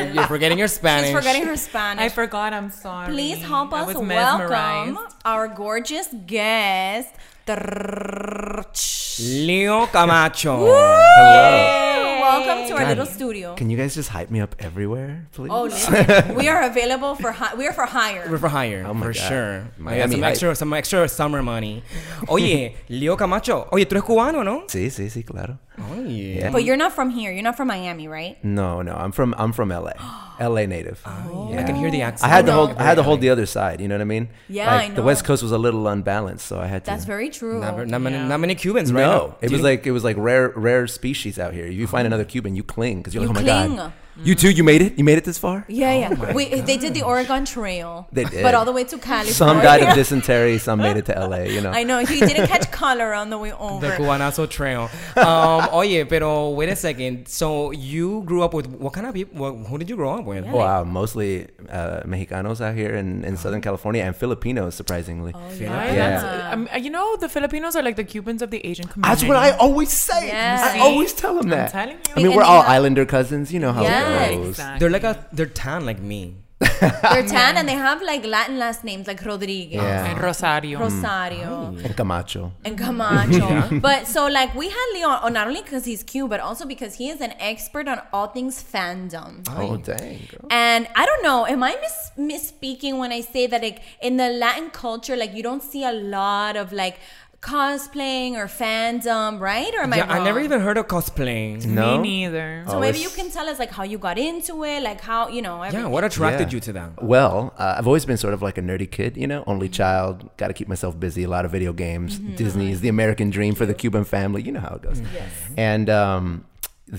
S1: Oye, you're forgetting your Spanish.
S2: She's forgetting her Spanish.
S3: I forgot. I'm sorry.
S2: Please help
S3: I
S2: us
S3: was
S2: welcome
S3: mesmerized.
S2: our gorgeous guest.
S1: Leo Camacho.
S2: Welcome to our
S6: God.
S2: little studio.
S6: Can you guys just hype me up everywhere, please?
S2: Oh, listen, we are available for hi- we are for
S1: We're
S2: hire.
S1: for hire,
S6: Oh my
S1: for
S6: God.
S1: sure. I got
S6: Miami
S1: some
S6: hype.
S1: extra, some extra summer money. Oye, Leo Camacho. Oye, tú eres cubano, ¿no?
S6: Sí, sí, sí, claro.
S1: Oye.
S6: Yeah.
S2: But you're not from here. You're not from Miami, right?
S6: No, no, I'm from I'm from LA, LA native.
S2: Oh,
S1: I can hear the accent.
S6: I had to
S2: No.
S6: hold I had to hold the other side. You know what I mean?
S2: Yeah,
S6: like,
S2: I
S6: The
S2: know.
S6: West Coast was a little unbalanced, so I had to.
S2: That's very true.
S1: Not, ver- not many, not many Cubans, right?
S6: no,
S1: Do
S6: it was
S1: you-
S6: like it was like rare rare species out here. If you find another Cuban, you cling because you're
S2: Oh. You
S6: like, oh my
S2: cling.
S6: god, You too. You made it. You made it this far.
S2: Yeah, yeah. we, they did the Oregon Trail.
S6: They did.
S2: But all the way to California.
S6: Some died of dysentery. Some made it to L.A. You know.
S2: I know. He didn't catch cholera on the way over.
S1: The Cubanazo Trail. Um, oye, pero wait a second. So you grew up with what kind of people? What, who did you grow up with?
S6: Wow, mostly uh, Mexicanos out here in,
S2: Oh.
S6: in Southern California and Filipinos, surprisingly.
S3: Right?
S6: Yeah.
S3: That's- um, you know, the Filipinos are like the Cubans of the Asian community.
S6: That's what I always say.
S2: Yeah.
S6: I always tell them that.
S3: telling you.
S6: I mean,
S2: And
S6: we're all
S2: they have-
S6: Islander cousins. You know how
S2: Yes.
S6: it goes.
S3: Exactly.
S1: They're like a they're tan like me.
S2: They're tan and they have like Latin last names like Rodriguez,
S3: And
S6: Yeah.
S3: Rosario.
S2: Rosario.
S6: And Camacho.
S2: and Camacho. But so like we had Leon oh, not only because he's cute, but also because he is an expert on all things fandom.
S6: Oh, dang. girl.
S2: And I don't know, am I mis- misspeaking when I say that like in the Latin culture, like you don't see a lot of like cosplaying or fandom, right? Or am
S1: yeah,
S2: I wrong?
S1: I never even heard of cosplaying.
S6: No.
S3: Me neither.
S2: So
S6: Oh,
S2: maybe you
S6: it's-
S2: can tell us like how you got into it, like how you know.
S1: Yeah,
S2: Everything.
S1: what attracted
S6: Yeah.
S1: you to them?
S6: Well, uh, I've always been sort of like a nerdy kid, you know,
S2: Mm-hmm.
S6: only child. Got to keep myself busy. A lot of video games. Disney is the
S2: Uh-huh.
S6: American dream for the Cuban family. You know how it goes.
S2: Mm-hmm.
S6: Yes. And um,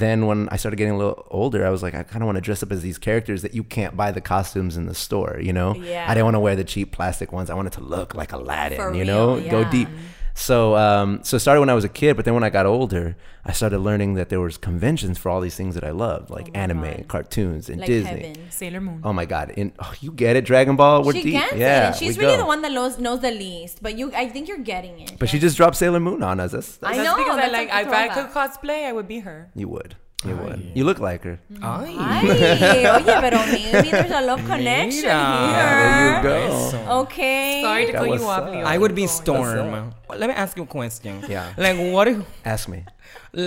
S6: then when I started getting a little older, I was like, I kind of want to dress up as these characters that you can't buy the costumes in the store. You know,
S2: Yeah.
S6: I didn't want to wear the cheap plastic ones. I wanted to look like Aladdin.
S2: For
S6: you know,
S2: real,
S6: go
S2: yeah.
S6: deep. So, um, so it started when I was a kid, but then when I got older, I started learning that there was conventions for all these things that I loved, like anime, and cartoons, and
S2: Oh Like
S6: Disney.
S2: heaven.
S3: Sailor Moon.
S6: Oh my god! In, oh, you get it, Dragon Ball. We're
S2: she
S6: deep.
S2: gets it.
S6: yeah,
S2: And she's
S6: we
S2: really
S6: go.
S2: the one that knows, knows the least. But you, I think you're getting it.
S6: But she just dropped Sailor Moon on us. That's, that's
S2: I
S3: That's
S2: know.
S3: because I
S2: that's
S3: like.
S2: a
S3: If I could
S2: throwback.
S3: cosplay, I would be her.
S6: you would. You would. You look like her.
S1: Ay,
S2: Ay, oye, pero maybe there's a love connection
S1: Mira.
S6: There you
S2: here.
S6: go.
S2: Okay.
S3: Sorry to
S6: That
S3: call
S6: was
S3: you up,
S6: sad.
S3: Leo.
S1: I would be
S3: Keep going.
S1: Storm. Let me ask you a question.
S6: Yeah.
S1: Like what? If,
S6: Ask me.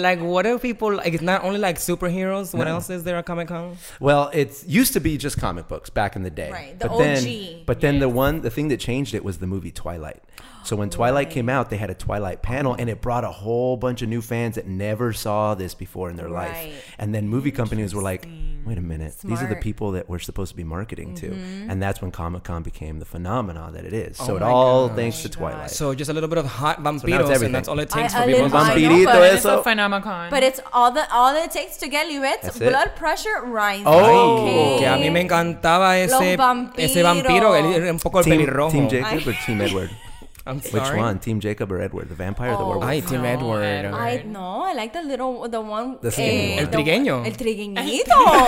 S1: like what do people like? It's not only like superheroes. What else is there at Comic Con?
S6: Well, it used to be just comic books back in the day.
S2: Right, the
S6: but Then,
S2: OG.
S6: but then the one, the thing that changed it was the movie Twilight. So when Twilight came out, they had a Twilight panel, and it brought a whole bunch of new fans that never saw this before in their
S2: Right.
S6: life. And then movie companies were like, "Wait a minute, these are the
S2: Smart. Mm-hmm.
S6: people that we're supposed to be marketing to." And that's when Comic Con became the phenomenon that it is.
S2: Oh
S6: So it all thanks to Twilight.
S1: So just a little bit of hot vampiros, and
S6: everything.
S1: that's all it takes for
S2: I- a
S1: people. to
S2: little- I-
S1: say.
S6: Vampirito
S2: but
S3: It's a
S6: eso.
S3: phenomenon.
S2: But it's all the all it takes to get Livet's
S6: That's it.
S2: blood pressure rising.
S6: Oh.
S2: okay.
S1: Que a mí me encantaba ese ese vampiro,
S2: vampiros.
S1: él era un poco el
S6: Team,
S1: pelirrojo.
S6: Team Jacob or Team Edward?
S1: I'm
S6: Which
S1: sorry.
S6: one? Team Jacob or Edward? The vampire or the
S2: Oh.
S6: werewolf?
S1: Ay, Team
S3: No,
S1: Edward.
S3: Edward.
S2: I know. I like the little the one.
S6: The skinny one.
S1: El trigueño.
S2: El trigueñito.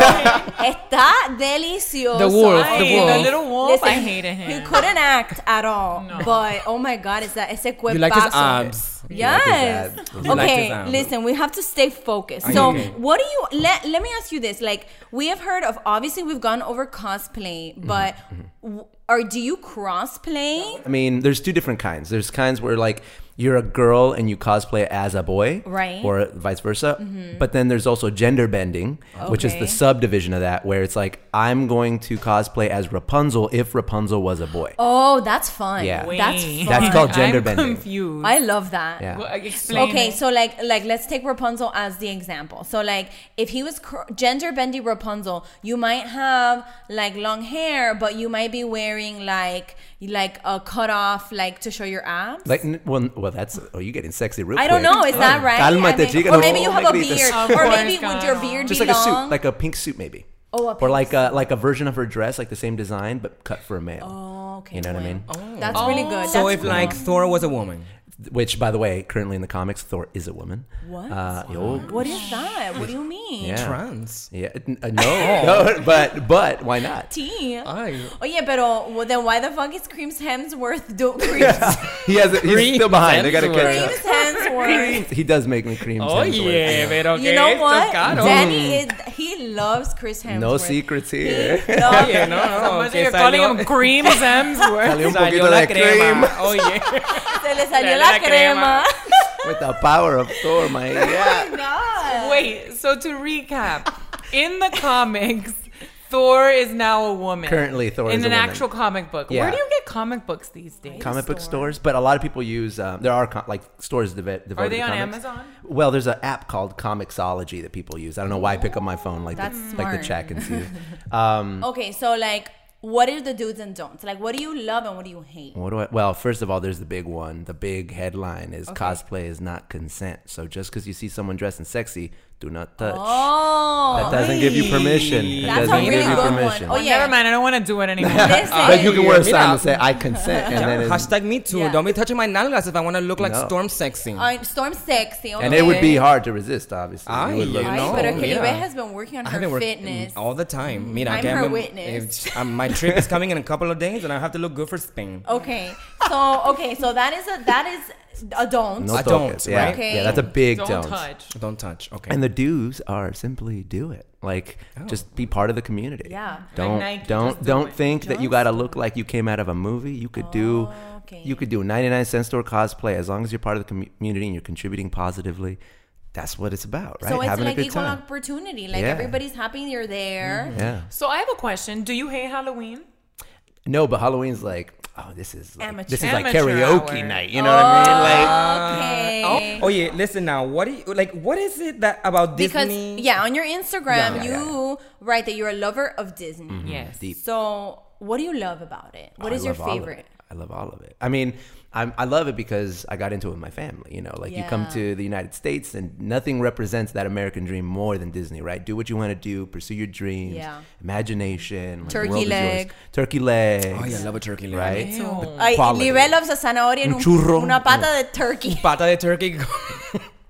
S2: Está delicioso.
S1: The wolf,
S3: Ay,
S1: the
S3: the
S1: wolf.
S3: little wolf.
S2: Listen,
S3: I hated him.
S2: He couldn't act at all. But oh my god, is that ese cuerpazo?
S1: You like his abs.
S2: Yes.
S6: abs.
S1: You like his
S2: okay,
S1: abs.
S2: listen, we have to stay focused.
S1: I
S2: So,
S1: agree.
S2: what do you let let me ask you this. Like, we have heard of obviously we've gone over cosplay,
S1: Mm-hmm.
S2: but w or do you crossplay?
S6: I mean, there's two different kinds. There's kinds where like you're a girl and you cosplay as a boy,
S2: Right. Mm-hmm.
S6: Or vice versa. But then there's also gender bending, which is
S2: Okay.
S6: the subdivision of that, where it's like I'm going to cosplay as Rapunzel if Rapunzel was a boy.
S2: Oh, that's fun.
S6: Yeah. Wait.
S2: That's
S3: Wait.
S2: fun.
S6: That's called gender
S3: I'm
S6: bending.
S3: confused.
S2: I love that.
S6: Yeah.
S3: Well, explain
S2: Okay,
S3: it.
S2: so like like let's take Rapunzel as the example. So like if he was cr- gender bendy Rapunzel, you might have like long hair, but you might be wearing like like a cut off like to show your abs.
S6: Like, n- well, well, that's oh, you're getting sexy real
S2: I don't
S6: quick.
S2: know, is that
S6: Oh,
S2: right?
S6: Cálmate,
S2: I mean,
S6: chica,
S2: or
S6: no
S2: maybe you
S6: me
S2: have a
S6: grites.
S2: beard,
S3: Of
S2: or
S3: course,
S2: maybe would
S3: God,
S2: your
S3: no.
S2: beard
S6: Just
S2: be
S6: like a
S2: long?
S6: suit, like a pink suit, maybe.
S2: Oh, a
S6: or
S2: pink
S6: like a like a version of her dress, like the same design but cut for a male. Oh,
S2: okay,
S6: You know what I
S2: well.
S6: mean?
S2: That's really good.
S1: So if
S2: That's
S1: like Thor was a woman,
S6: Which, by the way, currently in the comics, Thor is a woman.
S2: What?
S6: Uh, yo,
S2: what is that? What do you mean?
S6: yeah.
S1: trans.
S6: Yeah, n- uh, no, no, but but why not?
S2: Tea.
S1: Ay.
S2: Oh yeah, but well, then why the fuck is Creams Hemsworth do Creams,
S6: He has a, he's still behind. They gotta catch
S2: Creams Hemsworth?
S6: up. He does make me cream.
S1: Oye, pero
S2: You
S1: que
S2: know
S1: esto
S2: what?
S1: es caro.
S2: Danny is he loves Chris Hemsworth.
S6: No secrets here.
S2: Loves-
S1: Oye, no, no,
S3: Imagine
S1: que
S3: Oh, you're calling
S1: salió-
S3: him Cream Hemsworth.
S6: Salió un
S1: salió
S6: poquito
S1: la
S6: de
S1: crema.
S6: crema.
S1: Oye.
S2: se le salió
S3: Dale
S2: la,
S3: la
S2: crema.
S3: crema.
S6: With the power of Thor, my yeah.
S2: God.
S3: Wait, so to recap, in the comics, Thor is now a woman.
S6: Currently, Thor
S3: in
S6: is
S3: an
S6: a woman.
S3: actual comic book.
S6: Yeah.
S3: Where do you get comic books these days?
S6: Comic book stores, but a lot of people use. Um, there are com- like stores deve- devoted.
S3: they
S6: to
S3: on
S6: comics.
S3: Amazon?
S6: Well, there's an app called Comixology that people use. I don't know why I pick up my phone like
S2: That's
S6: the, like
S2: smart.
S6: the check and see.
S2: Okay, so like what are the do's and don'ts? Like what do you love and what do you hate?
S6: What do I? Well, first of all, there's the big one. The big headline is cosplay is not consent. So just because you see someone dressed and sexy do not touch.
S2: Oh,
S6: That doesn't give you permission. It
S2: That's a
S6: doesn't
S2: really
S6: give you
S2: good one.
S6: permission.
S2: Oh,
S3: Oh,
S2: yeah.
S3: never mind. I don't want to do it anymore.
S2: Oh, listen.
S6: But you can wear a
S1: Mira.
S6: sign and say I consent, and then it's,
S1: Hashtag me too.
S2: Yeah.
S1: Don't be touching my nalgas if I want to look like
S6: No.
S1: Storm Sexy.
S2: Uh, Storm sexy. Okay.
S6: and it would be hard to resist, obviously.
S1: Ay,
S6: You would look
S1: you
S2: Ay,
S1: know,
S2: pero
S6: so-
S2: Caribe
S1: mira.
S2: has been working on
S1: I've been
S2: her
S1: working
S2: fitness. Mm-hmm.
S1: all the time. Mira,
S2: I'm
S1: que
S2: her
S1: me-
S2: witness.
S1: it's- um, my trip is coming in a couple of days, and I have to look good for Spain.
S2: Okay. So okay. So that is a that is a don't.
S6: No
S1: I
S6: toques,
S1: don't,
S6: Yeah,
S1: right?
S2: Okay.
S6: yeah, that's a big
S3: Don't
S6: don't.
S3: touch.
S1: Don't touch. Okay.
S6: And the do's are simply do it. Like just be part of the community.
S2: Yeah.
S6: Don't
S3: Nike, just
S6: don't
S3: do
S6: don't
S3: it.
S6: think that you gotta look like you came out of a movie. You could do
S2: okay.
S6: you could do a 99 cent store cosplay as long as you're part of the commu- community and you're contributing positively. That's what it's about, right?
S2: So it's
S6: Having
S2: like
S6: a good
S2: equal
S6: time.
S2: opportunity. Like
S6: Yeah.
S2: everybody's happy you're there.
S6: Yeah.
S3: so I have a question. Do you hate Halloween?
S6: No, but Halloween's like, oh, this is like,
S2: Amateur.
S6: this is like
S3: Amateur
S6: karaoke
S3: hour.
S6: night. You know what I mean? Like
S2: Okay.
S1: Oh, yeah. Listen now. What do you like? What is it that about
S2: because
S1: Disney?
S2: yeah, on your Instagram
S6: Yeah, yeah,
S2: you write that you're a lover of Disney.
S3: Yes.
S6: Deep.
S2: So what do you love about it? What
S6: I
S2: is your
S6: love all of
S2: favorite?
S6: it. I love all of it. I mean, I'm, I love it because I got into it with my family. You know, like you come
S2: Yeah.
S6: to the United States and nothing represents that American dream more than Disney, right? Do what you want to do, pursue your dreams,
S2: Yeah.
S6: imagination, like, the
S2: Turkey
S6: world is yours.
S2: leg.
S6: turkey leg.
S1: Oh yeah, I love a turkey leg.
S6: Right?
S2: Ay,
S6: Quality.
S2: Libre loves a zanahoria and
S6: Un
S2: un-
S6: churro.
S2: una pata de turkey.
S1: Pata de turkey.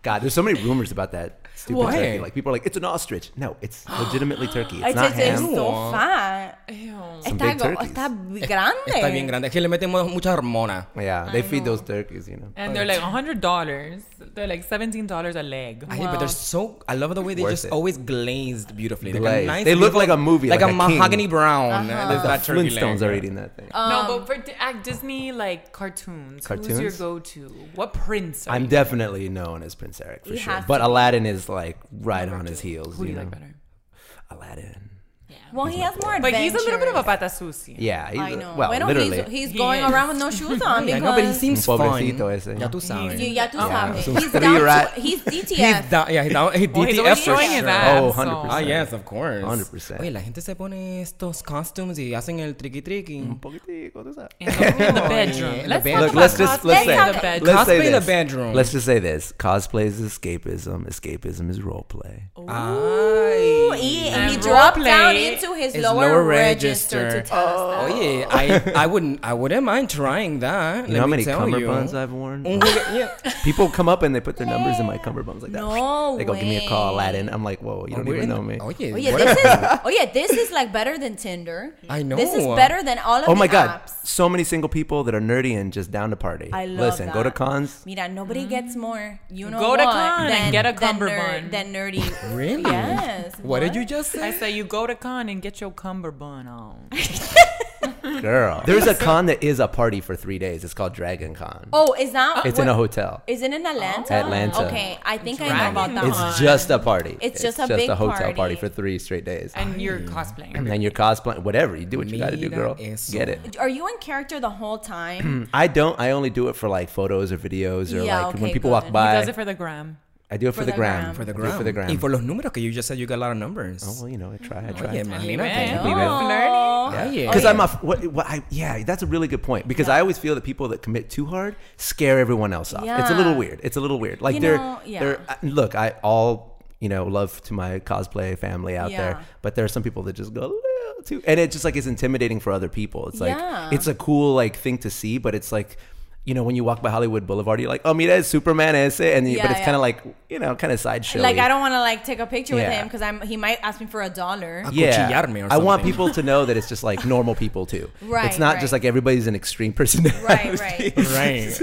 S6: God, there's so many rumors about that stupid
S1: Why?
S6: turkey. Like people are like, it's an ostrich. No, it's legitimately turkey. It's,
S2: It's,
S6: not
S2: it's, it's
S6: ham.
S2: so fat. Está,
S6: big
S2: go-
S6: turkeys.
S2: está grande.
S1: Está bien grande. Es que le metemos mucha hormona.
S6: yeah, they feed those turkeys, you know.
S3: And they're like hundred dollars. They're like seventeen dollars a leg.
S1: I hate, but they're so. I love the way they
S6: Worth
S1: just
S6: it.
S1: always glazed beautifully. Like a
S6: Glazed.
S1: nice
S6: They look
S1: beautiful-
S6: like a movie,
S1: like,
S6: like
S1: a,
S6: a king.
S1: mahogany brown.
S2: Uh-huh.
S1: There's that
S6: The
S1: turkey Um, leg.
S6: Flintstones are eating that thing.
S3: no, but for Di- at Disney like cartoons, who's your
S6: Cartoons?
S3: go-to? What prince? Are
S6: I'm
S3: you?
S6: definitely known as Prince Eric for
S2: He
S6: sure,
S2: has
S6: but
S2: to
S6: Aladdin is like right on his heels.
S3: Who do
S6: you
S3: you like
S6: know?
S3: better?
S6: Aladdin.
S2: Well, he has more
S3: But he's
S2: adventures.
S3: a little bit of a pata sucia.
S6: Yeah, he's
S2: I
S6: a-
S2: know.
S6: well,
S2: bueno,
S6: literally.
S2: he's, he's
S3: He
S2: going
S3: is.
S2: around with no shoes on
S1: Yeah,
S2: because
S1: no, but he seems
S6: Un
S1: fun.
S6: pobrecito ese.
S1: Ya tú sabes.
S2: you, ya tú sabes.
S6: so
S2: He's
S6: three
S2: down
S6: rat-
S2: to, he's DTF.
S1: He's down. Yeah, he's down. He's
S3: Well, Oh, he's
S1: DTF
S3: always
S1: for
S3: showing his
S1: sure.
S3: abs.
S6: Oh,
S3: so-
S6: 100%.
S1: Ah, yes, of course.
S6: 100%.
S1: Oye, la gente se pone estos costumes y hacen el triqui
S6: Mm.
S1: triqui.
S6: Pobrecito, tú sabes.
S3: In the, in the bedroom.
S1: in the
S3: let's
S1: bedroom.
S3: talk
S6: Look, let's
S3: about
S6: just
S3: cosplay
S6: let's
S3: in
S6: say
S2: Let's talk-
S3: the bedroom.
S6: let's say
S1: Cosplay in the
S6: this.
S1: bedroom.
S6: Let's just say this: cosplay is escapism. Escapism is role play.
S2: Ooh, he, he
S3: And
S2: dropped
S3: roleplay
S2: down into his,
S1: is
S2: lower,
S1: lower
S2: register,
S1: register.
S2: to tell
S6: Oh,
S2: us that.
S1: Oye, I, I wouldn't I wouldn't mind trying that. Let
S6: You know how
S1: me
S6: many
S1: tell you. Mm.
S6: cummerbunds I've worn?
S1: Un jugue- yeah.
S6: People come up and they put their numbers in my cummerbunds like that.
S2: No
S6: they go, give me a call,
S2: way.
S6: Aladdin. I'm like, whoa, you don't
S1: We're
S6: even
S1: in-
S6: know me.
S1: Oye,
S2: Oye,
S1: what
S2: this
S1: a-
S2: is, oye, this is like better than Tinder.
S1: I know.
S2: This is better than all of
S6: Oh
S2: the
S6: my god,
S2: apps.
S6: so many single people that are nerdy and just down to party.
S2: I love
S6: Listen, go to
S2: that.
S6: cons.
S2: Mira, nobody gets more, you know
S3: Mm. Go
S2: what,
S3: to con and
S2: than-
S3: get a
S2: than ner-
S3: cummerbund.
S2: Than nerdy.
S1: Really?
S2: Yes.
S1: What, did you just say?
S3: I say you go to con and get your cummerbund on.
S6: Girl, there's a con that is a party for three days. It's called Dragon Con.
S2: Oh, is that?
S6: it's in a hotel.
S2: Is it in Atlanta?
S6: Atlanta.
S2: Okay, I think I know about that
S3: Dragon.
S6: It's
S2: one.
S6: just a party.
S2: It's just a big
S6: hotel party.
S2: party.
S6: for three straight days. And,
S3: And you're cosplaying.
S6: you're cosplaying, whatever you do, what you got to do,
S1: Mira
S6: girl.
S1: eso.
S6: Get it.
S2: Are you in character the whole time?
S6: I don't. I only do it for like photos or videos or
S2: Yeah,
S6: like
S2: okay,
S6: when people
S2: good.
S6: walk
S2: He
S6: by.
S3: He does it for the gram.
S6: I do it for, the, gram.
S2: For
S1: the
S6: I do it
S1: gram.
S6: For the gram. Oh,
S1: Y por los números que you just said, you got a lot of numbers.
S6: well, you know, I try. I try.
S1: Oye,
S3: Anyway.
S1: imagínate.
S6: Leave it.
S2: Oh.
S1: Oye.
S6: Because I'm a f- what, what I, yeah, that's a really good point. Because I always feel that people that commit too hard scare everyone else off. It's a little
S2: Yeah.
S6: weird. It's a little weird. Like
S2: You
S6: they're
S2: know, yeah.
S6: they're I- look. I all you know love to my cosplay family out
S2: Yeah.
S6: there, but there are some people that just go a little too, and it just like is intimidating for other people. It's like
S2: Yeah.
S6: it's a cool like thing to see, but it's like. You know, when you walk by Hollywood Boulevard, you're like, "Oh, mira, es Superman ese," and you,
S2: Yeah,
S6: but it's
S2: yeah.
S6: kind of like, you know, kind of side showy.
S2: Like I don't want to like take a picture with
S6: Yeah.
S2: him because I'm he might ask me for a dollar.
S1: acuchillarme or
S6: I want
S1: something.
S6: people to know that it's just like normal people too.
S2: Right,
S6: It's not
S2: right.
S6: just like everybody's an extreme personality.
S2: Right, right.
S1: Right.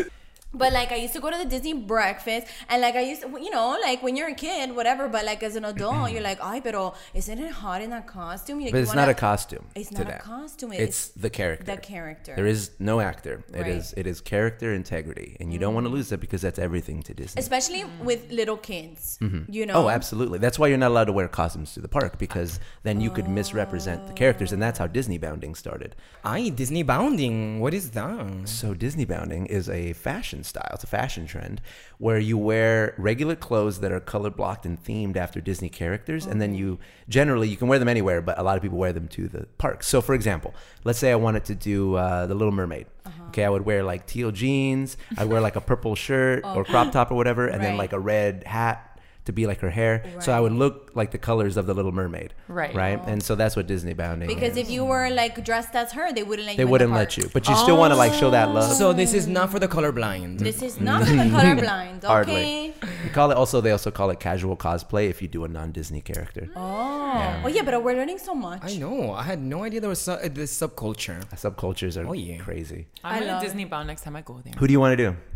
S2: But like I used to go to the Disney breakfast, and like I used, to, you know, like when you're a kid, whatever. But like as an adult, you're like, ay, pero isn't it hot in that costume? Like,
S6: But
S2: you
S6: it's
S2: wanna-
S6: not a costume.
S2: It's
S6: to
S2: not a
S6: that.
S2: costume,
S6: It's,
S2: it's
S6: the character.
S2: the character.
S6: There is no actor.
S2: Right. Mm.
S6: It is it is character integrity, and you don't want to lose that because that's everything to Disney.
S2: especially with little kids. You know,
S6: Oh, absolutely. That's why you're not allowed to wear costumes to the park because then you could misrepresent the characters, and that's how Disney bounding started.
S1: Ay, Disney bounding. What is that?
S6: So Disney bounding is a fashion style. It's a fashion trend where you wear regular clothes that are color blocked and themed after Disney characters, and then you generally you can wear them anywhere, but a lot of people wear them to the park. So for example, let's say I wanted to do uh, the Little Mermaid.
S2: Uh-huh.
S6: Okay, I would wear like teal jeans. I'd wear like a purple shirt or crop top or whatever, and then
S2: Right.
S6: like a red hat. to be like her hair. So I would look like the colors of the Little Mermaid.
S3: Right.
S6: Right. And so that's what Disney bounding.
S2: Because
S6: is.
S2: if you were like dressed as her, they wouldn't let
S6: they
S2: you. in the
S6: wouldn't
S2: park. Oh.
S6: let you, but you still want to like show that love.
S1: So this is not for the colorblind.
S2: This is
S6: Mm-hmm.
S2: not for the colorblind,
S6: Hardly.
S2: okay?
S6: They call it also. They also call it casual cosplay if you do a non-Disney character.
S2: Oh, oh yeah, but we're learning so much.
S1: I know. I had no idea there was su- uh, this subculture.
S6: Subcultures are
S1: Oh, yeah.
S6: crazy.
S2: I
S3: I'm in
S2: love
S3: a
S2: it.
S3: Disney bound next time I go there.
S6: Who do you want to do?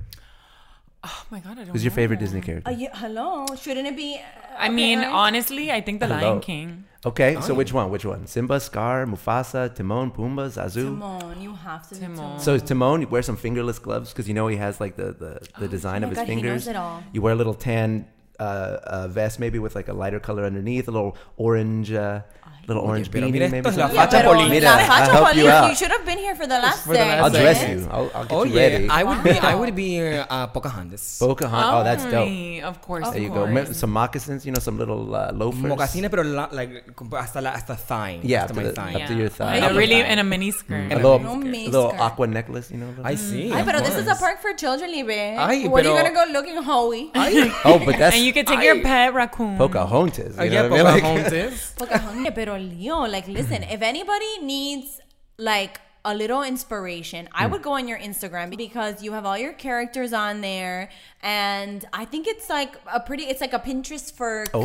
S3: Oh my god, I don't.
S6: Who's your
S3: know.
S6: favorite Disney character?
S2: Uh, yeah, hello, shouldn't it be? uh,
S3: I mean,
S2: okay,
S3: honestly, I think the
S6: Hello.
S3: Lion King.
S6: Okay,
S1: Oh.
S6: so which one? Which one? Simba, Scar, Mufasa, Timon, Pumbaa, Zazu.
S2: Timon, you have to. be
S3: Timon.
S6: So Timon, you wear some fingerless gloves because you know he has like the the, the design
S2: my
S6: of his
S2: God, Oh, he knows
S6: fingers.
S2: it all.
S6: You wear a little tan uh, uh, vest, maybe with like a lighter color underneath, a little orange, uh, little orange
S1: pero mira,
S6: beanie. maybe
S1: esto es la
S6: something.
S2: Yeah,
S1: facha
S2: pero
S1: Polina.
S6: Mira,
S2: La
S6: I'll
S2: facha
S6: help you
S2: Polina,
S6: out.
S2: you should have been here for the last
S1: for the
S2: day.
S1: last
S6: I'll
S1: day.
S6: dress you. I'll, I'll get
S1: Oh
S6: you
S1: yeah,
S6: ready.
S1: I would be. I
S2: Wow.
S1: would be uh, Pocahontas.
S6: Pocahontas. Oh, that's dope.
S3: Ay, Of course.
S6: There
S3: of
S6: you go.
S3: course.
S6: Ma- Some moccasins, you know, some little uh, loafers.
S1: Mocasines, pero la, like com- hasta la, hasta thigh.
S6: Yeah,
S1: hasta
S6: up to
S1: my
S6: the-
S1: thigh.
S6: up to your thigh. Mm-hmm.
S3: And
S1: Upper
S3: a really
S1: thigh.
S3: and a mini skirt.
S6: A
S1: And
S6: little,
S2: No
S6: a
S2: miniskirt.
S6: little aqua necklace, you know.
S1: I see.
S2: Ay,
S1: of
S2: pero this is a
S1: course.
S2: park for children, Libre.
S1: Ay,
S2: Where are
S1: pero-
S2: you gonna go looking, Howie?
S1: Ay,
S6: Oh, but that's
S3: and you can take your pet raccoon.
S6: Pocahontas. You
S1: uh,
S6: know
S1: yeah,
S6: what I mean? Like-
S1: Pocahontas.
S2: Pocahontas, pero Leo, like, listen, if anybody needs like a little inspiration, I
S6: Hmm.
S2: would go on your Instagram because you have all your characters on there, and I think it's like a pretty, it's like a Pinterest for
S6: Oh.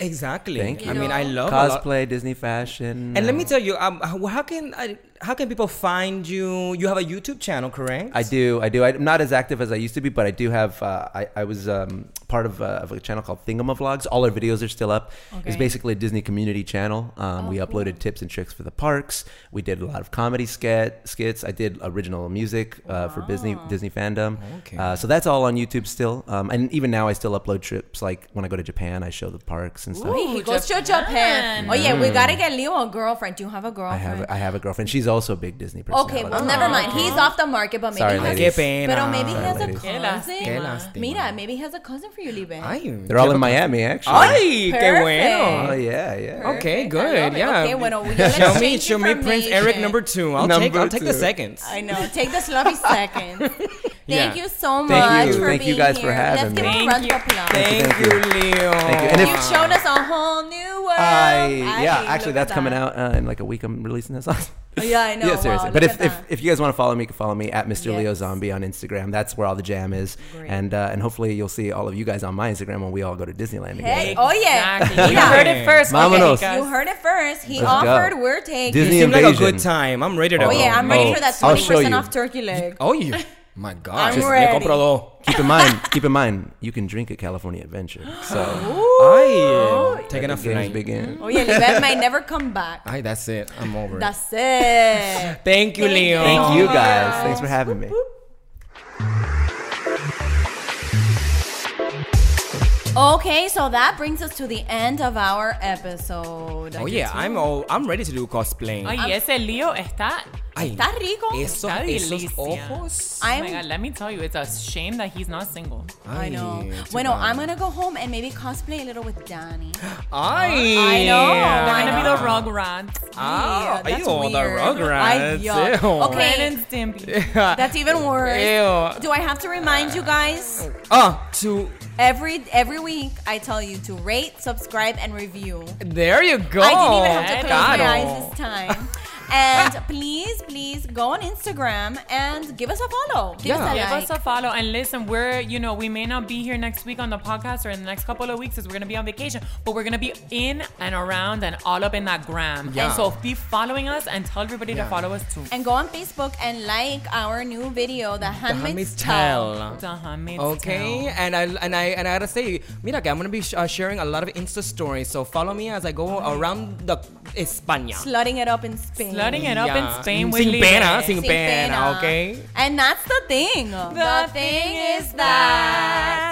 S1: exactly.
S6: Thank
S1: I
S6: you.
S1: mean, I love Oh, a lot-
S6: Cosplay, Disney fashion.
S1: And let
S6: uh,
S1: me tell you, um, how how can I, how can people find you? You have a YouTube channel, correct?
S6: I do, I do. I'm not as active as I used to be, but I do have. Uh, I, I was um, part of, uh, of a channel called Thingamavlogs. All our videos are still up. It's
S2: Okay. Oh,
S6: basically a Disney community channel. Um, we uploaded tips and tricks for the parks. We did a lot of comedy skit, skits. I did original music uh, for Disney Disney fandom.
S1: Okay.
S6: Uh, so that's all on YouTube still. Um, and even now, I still upload trips. Like when I go to Japan, I show the parks and stuff.
S2: Wait, he goes to Japan.
S3: Japan.
S2: Oh yeah, we gotta get Leo a girlfriend. Do you have a
S6: I
S2: girlfriend?
S6: have I have a girlfriend. She's also a big Disney person.
S2: Okay, well, never mind. He's off the market, but maybe he
S6: Sorry,
S1: Ay,
S2: has,
S1: qué
S6: ladies.
S1: pena.
S2: pero maybe he has a
S6: ladies.
S2: cousin.
S3: Qué lástima.
S1: Qué lástima.
S2: Mira, maybe he has a cousin for you, Libre.
S1: Ay,
S6: They're all in Miami, actually.
S1: Ay, qué bueno.
S6: Oh yeah, yeah.
S1: Okay,
S2: I love
S1: good.
S2: it.
S1: Yeah.
S2: Okay, bueno, we- let's
S1: show me,
S2: change
S1: show me Prince Eric
S2: information.
S1: number two. I'll take,
S6: Number
S1: I'll take the
S6: two.
S1: seconds.
S2: I know. Take the sloppy second.
S1: Yeah.
S2: Thank you so much.
S6: Thank you.
S2: For
S6: Thank
S2: being
S6: you guys for
S2: here.
S6: having
S2: Let's give
S6: me.
S2: him a round of applause.
S1: Thank,
S6: Thank
S1: you,
S6: you,
S1: Leo.
S6: Thank you. And if-
S2: You've shown us a whole new world.
S6: I, yeah,
S2: Ay,
S6: actually,
S2: look
S6: that's
S2: at
S6: coming
S2: Um, that.
S6: out uh, in like a week. I'm releasing this song.
S2: Yeah, I know.
S6: yeah,
S2: Wow,
S6: seriously.
S2: look
S6: but
S2: at
S6: if,
S2: that.
S6: if if you guys want to follow me, you can follow me at Mr. Leo
S2: Yes.
S6: Zombie on Instagram. That's where all the jam is, and uh, and hopefully you'll see all of you guys on my Instagram when we all go to Disneyland
S2: Hey,
S6: together.
S2: oh yeah.
S3: Exactly. You
S2: Yeah.
S3: heard it first.
S6: Vámonos.
S3: Okay,
S2: You
S3: guys.
S2: heard it first. He
S6: Let's go.
S2: offered, we're taking.
S6: Disney
S1: Seemed like a
S6: invasion.
S1: good time. I'm ready to
S2: Oh
S1: go.
S2: yeah, I'm ready
S6: Oh,
S2: for that
S6: I'll show
S2: 20%
S6: you.
S2: off turkey leg.
S1: Oh, yeah. My gosh.
S2: I'm
S1: Me
S2: ready.
S1: compro dos.
S6: Keep in mind, keep in mind, you can drink at California Adventure. So
S1: Ay, Oh, taking a
S6: the games
S1: flight.
S6: begin.
S2: Oh yeah, Libet might never come back.
S1: Ay, that's it. I'm over. it.
S2: That's it.
S1: Thank you,
S2: Thank
S1: Leo.
S6: Thank you guys. Thanks for having me.
S2: Okay, so that brings us to the end of our episode.
S1: Oh yeah, I'm all, I'm ready to do cosplaying.
S3: Ay, ese lío está. Oh
S1: Ay,
S2: Está rico.
S1: Esos,
S3: Está
S1: esos
S3: delicia.
S1: ojos.
S3: Oh my
S2: I'm,
S3: god, let me tell you, it's a shame that he's not single.
S2: I know.
S1: Ay,
S2: Bueno,
S1: chaval.
S2: I'm gonna go home and maybe cosplay a little with Danny.
S1: Ay.
S2: I know.
S3: They're
S2: I
S3: gonna be
S2: know.
S3: the Rugrats.
S6: Ah.
S1: Oh,
S2: Yeah, that's
S1: ew, the
S2: weird.
S1: Rugrats.
S2: Ay, yuck.
S1: Ew.
S2: Okay.
S3: Ren and Stimpy.
S2: That's even worse.
S1: Ew.
S2: Do I have to remind you guys?
S1: Ah, to
S2: Every every week I tell you to rate, subscribe, and review.
S1: there you go.
S2: I didn't even have to close my
S1: Oh, Claro.
S2: eyes this time. And please, please go on Instagram and give us a follow. Give
S1: Yeah.
S2: us a
S1: Give
S2: like.
S3: Give us a follow and listen. We're, you know, we may not be here next week on the podcast or in the next couple of weeks as we're gonna be on vacation, but we're gonna be in and around and all up in that gram.
S1: Yeah.
S3: And so be following us and tell everybody
S1: Yeah.
S3: to follow us too.
S2: and go on Facebook and like our new video, The Handmaid's
S1: Handmaid's
S2: Tale.
S1: Tale.
S3: Duh, Maid's
S1: Okay,
S3: Tale.
S1: and I and I and I gotta say, mira que I'm gonna be sh- uh, sharing a lot of Insta stories, so follow me as I go around the España.
S2: Slutting it up in Spain. uh.
S3: Slutting it up
S1: Yeah. Mm,
S3: in Spain with
S1: Sin
S3: Libre.
S1: pena, sin,
S2: Sin
S1: pena, okay?
S2: And that's the thing. The thing is that